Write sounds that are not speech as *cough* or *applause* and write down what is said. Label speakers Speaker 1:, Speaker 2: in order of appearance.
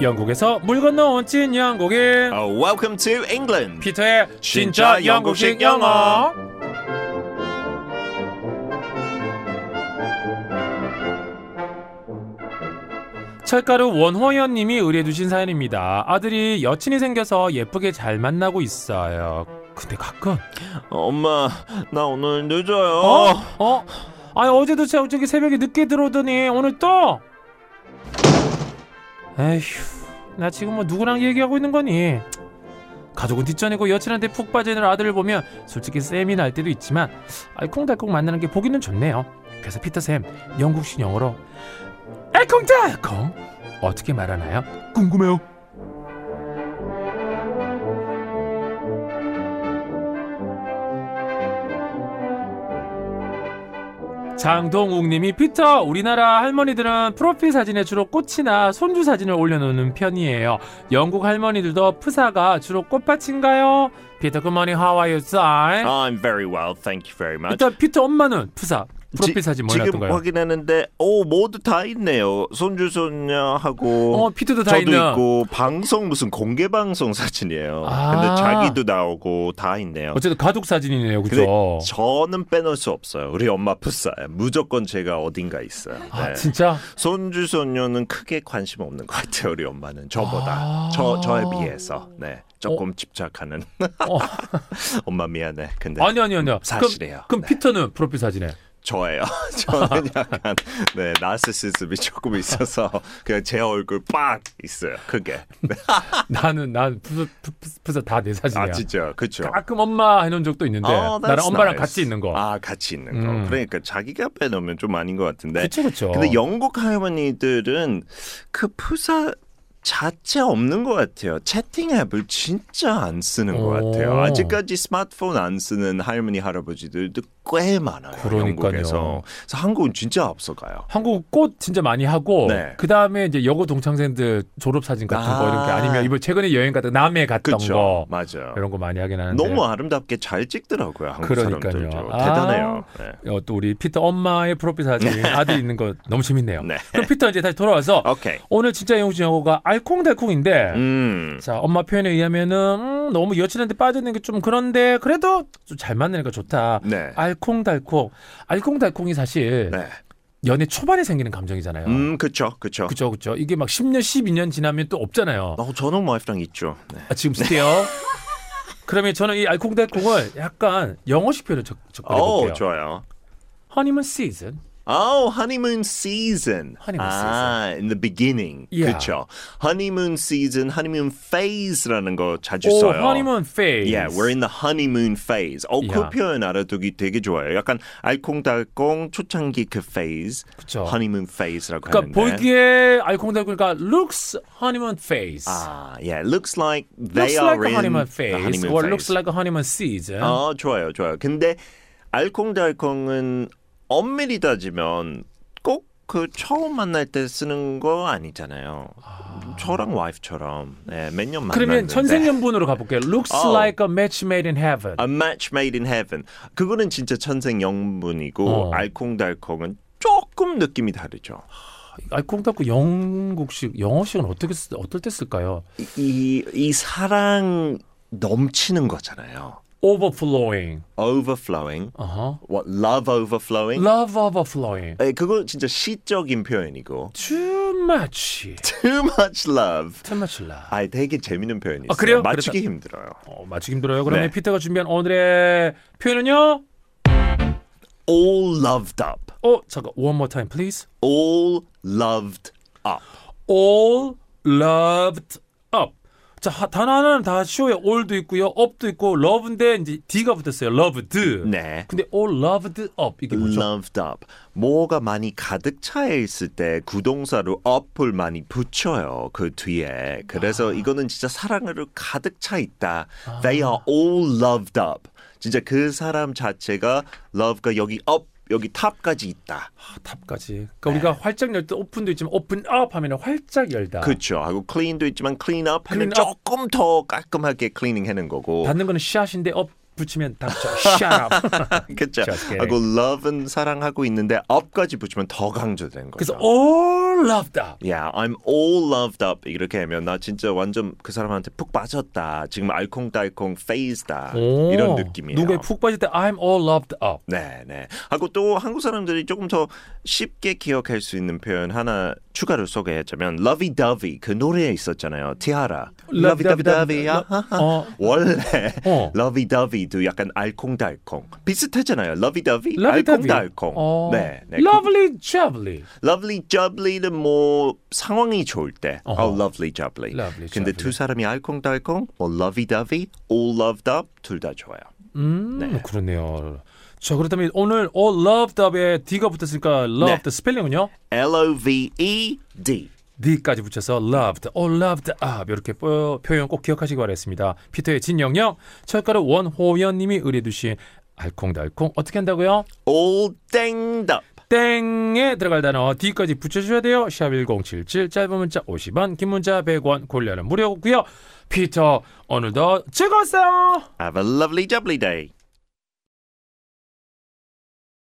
Speaker 1: 영국에서 물 건너 온 찐 영국인
Speaker 2: Oh, welcome to England.
Speaker 1: 피터의 어, 진짜 영국식 영어 철가루 원호연님이 의뢰해주신 사연입니다. 아들이 여친이 생겨서 예쁘게 잘 만나고 있어요. 근데 가끔
Speaker 2: 엄마, 나 오늘 늦어요.
Speaker 1: 어? 어? 아니 어제도 저- 저기 새벽에 늦게 들어오더니 오늘 또? 에휴 나 지금 뭐 누구랑 얘기하고 있는 거니? 가족은 뒷전이고 여친한테 푹 빠져있는 아들을 보면 솔직히 쌤이 날 때도 있지만 알콩달콩 만나는 게 보기는 좋네요 그래서 피터쌤 영국식 영어로 알콩달콩 어떻게 말하나요? 궁금해요 장동욱님이 피터 우리나라 할머니들은 프로필 사진에 주로 꽃이나 손주 사진을 올려놓는 편이에요. 영국 할머니들도 프사가 주로 꽃밭인가요? 피터 굿모닝 하와이 사이.
Speaker 2: 아, I'm very well, thank you very much.
Speaker 1: 일단 피터 엄마는 프사 프로필
Speaker 2: 아, 지-
Speaker 1: 사진
Speaker 2: 지금
Speaker 1: 올렸던가요?
Speaker 2: 확인했는데, 오 모두 다 있네요. 손주 손녀하고
Speaker 1: 어 피터도 다
Speaker 2: 뭐, 저도
Speaker 1: 있는.
Speaker 2: 있고 방송 무슨 공개 방송 사진이에요.
Speaker 1: 아.
Speaker 2: 근데 자기도 나오고 다 있네요.
Speaker 1: 어쨌든 가족 사진이네요, 그죠?
Speaker 2: 저는 빼놓을 수 없어요. 우리 엄마 풋사요. 무조건 제가 어딘가 있어요.
Speaker 1: 아
Speaker 2: 네.
Speaker 1: 진짜?
Speaker 2: 손주 손녀는 크게 관심 없는 것 같아요. 우리 엄마는 저보다
Speaker 1: 아.
Speaker 2: 저 저에 비해서 네 조금 집착하는
Speaker 1: 어.
Speaker 2: *laughs* 엄마 미안해. 근데
Speaker 1: 아니 아니 아니요.
Speaker 2: 네. 사실이에요.
Speaker 1: 그럼, 그럼
Speaker 2: 네.
Speaker 1: 피터는 프로필 사진에.
Speaker 2: 저예요. *laughs* 저는 약간 네 나스시즘이 조금 있어서 그냥 제 얼굴 빡 있어요. 크게
Speaker 1: 나는 난 프사, 프사 다 내 사진이야.
Speaker 2: 아 진짜 그렇죠.
Speaker 1: 가끔 엄마 해놓은 적도 있는데
Speaker 2: 어, that's
Speaker 1: 나랑 엄마랑
Speaker 2: nice.
Speaker 1: 같이 있는 거.
Speaker 2: 아 같이 있는
Speaker 1: 음.
Speaker 2: 거. 그러니까 자기가 빼놓으면 좀 아닌 것 같은데.
Speaker 1: 그쵸 그쵸.
Speaker 2: 네. 근데 영국 할머니들은 그 프사 자체 없는 것 같아요. 채팅 앱을 진짜 안 쓰는 것
Speaker 1: 오.
Speaker 2: 같아요. 아직까지 스마트폰 안 쓰는 할머니 할아버지들도 꽤 많아요.
Speaker 1: 그러니까요.
Speaker 2: 영국에서. 그래서 한국은 진짜 앞서가요.
Speaker 1: 한국 꽃 진짜 많이 하고
Speaker 2: 네.
Speaker 1: 그 다음에 이제 여고 동창생들 졸업 사진 같은 거
Speaker 2: 아.
Speaker 1: 이렇게 아니면 이번 최근에 여행 갔다 남해 갔던
Speaker 2: 그렇죠.
Speaker 1: 거
Speaker 2: 맞아요.
Speaker 1: 이런 거 많이 하긴 하는데
Speaker 2: 너무 아름답게 잘 찍더라고요. 한국
Speaker 1: 그러니까요.
Speaker 2: 사람들도
Speaker 1: 아.
Speaker 2: 대단해요. 네.
Speaker 1: 어, 또 우리 피터 엄마의 프로필 사진 아들 있는 거 너무 재밌네요.
Speaker 2: 네.
Speaker 1: 그럼 피터 이제 다시 돌아와서
Speaker 2: 오케이.
Speaker 1: 오늘 진짜 영국식 영어가 알콩달콩인데
Speaker 2: 음.
Speaker 1: 자 엄마 표현에 의하면은 음, 너무 여친한테 빠지는 게 좀 그런데 그래도 좀 잘 만나니까 좋다.
Speaker 2: 네.
Speaker 1: 알콩달콩 알콩달콩이 사실
Speaker 2: 네.
Speaker 1: 연애 초반에 생기는 감정이잖아요.
Speaker 2: 음, 그렇죠. 그렇죠.
Speaker 1: 그죠 그죠 이게 막 10년 12년 지나면 또 없잖아요.
Speaker 2: 어, 저는 와이프랑 있죠. 네.
Speaker 1: 아, 지금 스테요.
Speaker 2: *laughs*
Speaker 1: 그러면 저는 이 알콩달콩을 약간 영어식 표현을 적,
Speaker 2: 오,
Speaker 1: 적어볼게요.
Speaker 2: 좋아요.
Speaker 1: 허니문 시즌.
Speaker 2: Oh, honeymoon season.
Speaker 1: Honeymoon
Speaker 2: 아, in the beginning.
Speaker 1: Yeah.
Speaker 2: 그렇죠. honeymoon season, honeymoon phase라는 거 자주
Speaker 1: 오,
Speaker 2: 써요.
Speaker 1: 허니문 페이스.
Speaker 2: Yeah, we're in the honeymoon phase. 어,
Speaker 1: Yeah.
Speaker 2: 그 표현 알아두기 되게 좋아요. 약간 알콩달콩 초창기 그 phase,
Speaker 1: 그쵸.
Speaker 2: honeymoon phase라고
Speaker 1: 그러니까
Speaker 2: 하는데.
Speaker 1: 보기에 알콩달콩이니까 그러니까 looks honeymoon phase.
Speaker 2: 아, yeah, looks like they
Speaker 1: looks like
Speaker 2: are
Speaker 1: a
Speaker 2: in
Speaker 1: honeymoon
Speaker 2: the
Speaker 1: phase
Speaker 2: honeymoon
Speaker 1: or
Speaker 2: phase.
Speaker 1: looks like a honeymoon season.
Speaker 2: 아, 좋아요, 좋아요. 근데 알콩달콩은 엄밀히 따지면 꼭 그 처음 만날 때 쓰는 거 아니잖아요. 저랑 와이프처럼 네, 몇년 만났는데.
Speaker 1: 그러면 천생연분으로 가볼게요. looks
Speaker 2: 어.
Speaker 1: like a match made in heaven. 아,
Speaker 2: A match made in heaven. 그거는 진짜 천생연분이고
Speaker 1: 어.
Speaker 2: 알콩달콩은 조금 느낌이 다르죠.
Speaker 1: 알콩달콩 그 영국식 영어식은 어떻게 쓰, 어떨 때 쓸까요?
Speaker 2: 이, 이, 이 사랑 넘치는 거잖아요.
Speaker 1: overflowing.
Speaker 2: Overflowing.
Speaker 1: 어허.
Speaker 2: What love overflowing?
Speaker 1: love overflowing.
Speaker 2: 에, 그거 진짜 시적인 표현이고.
Speaker 1: too much.
Speaker 2: Too much love.
Speaker 1: too much love.
Speaker 2: 아, 되게 재밌는 표현이 있어요.
Speaker 1: 아, 그래요?
Speaker 2: 맞추기 힘들어요.
Speaker 1: 어, 맞추기 힘들어요. 그러면
Speaker 2: 네.
Speaker 1: 피터가 준비한 오늘의 표현은요.
Speaker 2: All loved up.
Speaker 1: 어, 잠깐. One more time, please.
Speaker 2: All loved up.
Speaker 1: All loved up. 자, 하- 단어 하나는 다 쉬워요. all도 있고요. up도 있고 love인데 이제 d가 붙었어요. loved.
Speaker 2: 네.
Speaker 1: 근데 all loved up 이게 뭐죠?
Speaker 2: Loved up. 뭐가 많이 가득 차 있을 때 구동사로 up을 많이 붙여요. 그 뒤에.
Speaker 1: 아.
Speaker 2: 그래서 이거는 진짜 사랑으로 가득 차 있다. They are all loved up. 진짜 그 사람 자체가 love가 여기 up, 여기 탑까지 있다.
Speaker 1: 아, 탑까지. 그러니까 우리가 활짝 열 때 open도 있지만 open up 하면 활짝 열다.
Speaker 2: 네. 그렇죠. 하고 clean도 있지만 clean up 하면
Speaker 1: Clean up.
Speaker 2: 조금 더 깔끔하게 cleaning 하는 거고.
Speaker 1: 받는 거는 shot인데 up 붙이면 닥쳐.
Speaker 2: *laughs*
Speaker 1: Shut up.
Speaker 2: 그렇죠.
Speaker 1: Just kidding.
Speaker 2: 하고 love은 사랑하고 있는데 up까지 붙이면 더 강조된 거죠.
Speaker 1: 그래서 어- all loved up.
Speaker 2: Yeah, I'm all loved up 이렇게 하면 나 진짜 완전 그 사람한테 푹 빠졌다. 지금 알콩달콩 페이즈다
Speaker 1: 오,
Speaker 2: 이런 느낌이에요.
Speaker 1: 누구에 푹 빠질 때 I'm all loved up.
Speaker 2: 네, 네. 하고 또 한국 사람들이 조금 더 쉽게 기억할 수 있는 표현 하나 추가로 소개했자면 Lovey Dovey 그 노래에 있었잖아요. 티아라.
Speaker 1: Lovey
Speaker 2: Lovey
Speaker 1: Dovey,
Speaker 2: Dovey.
Speaker 1: 러-
Speaker 2: 아하하.
Speaker 1: 어.
Speaker 2: 원래
Speaker 1: 어.
Speaker 2: Lovey Dovey도 약간 알콩달콩 비슷하잖아요. Lovey Dovey
Speaker 1: Lovey Dovey.
Speaker 2: 알콩달콩.
Speaker 1: 어.
Speaker 2: 네, 네.
Speaker 1: Lovely jubbly.
Speaker 2: lovely jubbly는 뭐 상황이 좋을 때
Speaker 1: 어허.
Speaker 2: oh lovely jubbly.
Speaker 1: Lovely jubbly.
Speaker 2: 근데 두 사람이 알콩달콩 뭐 lovey dovey, all loved up 둘 다 좋아요.
Speaker 1: 음, 그렇네요. 자, 그렇다면 오늘 all loved up에 D가 붙었으니까
Speaker 2: 네.
Speaker 1: loved 스펠링은요?
Speaker 2: L O V E D.
Speaker 1: D까지 붙여서 loved, all loved up 이렇게 뽀- 표현 꼭 기억하시기 바라겠습니다. 피터의 진영영, 철가루 원호연님이 의뢰해주신 알콩달콩 어떻게 한다고요?
Speaker 2: all dinged up.
Speaker 1: 땡에 들어갈 단어 D까지 붙여주셔야 돼요. 샵1077 짧은 문자 50원, 긴 문자 100원, 골라는 무료고요. 피터 오늘도 즐거웠어요.
Speaker 2: Have a lovely jubbly day.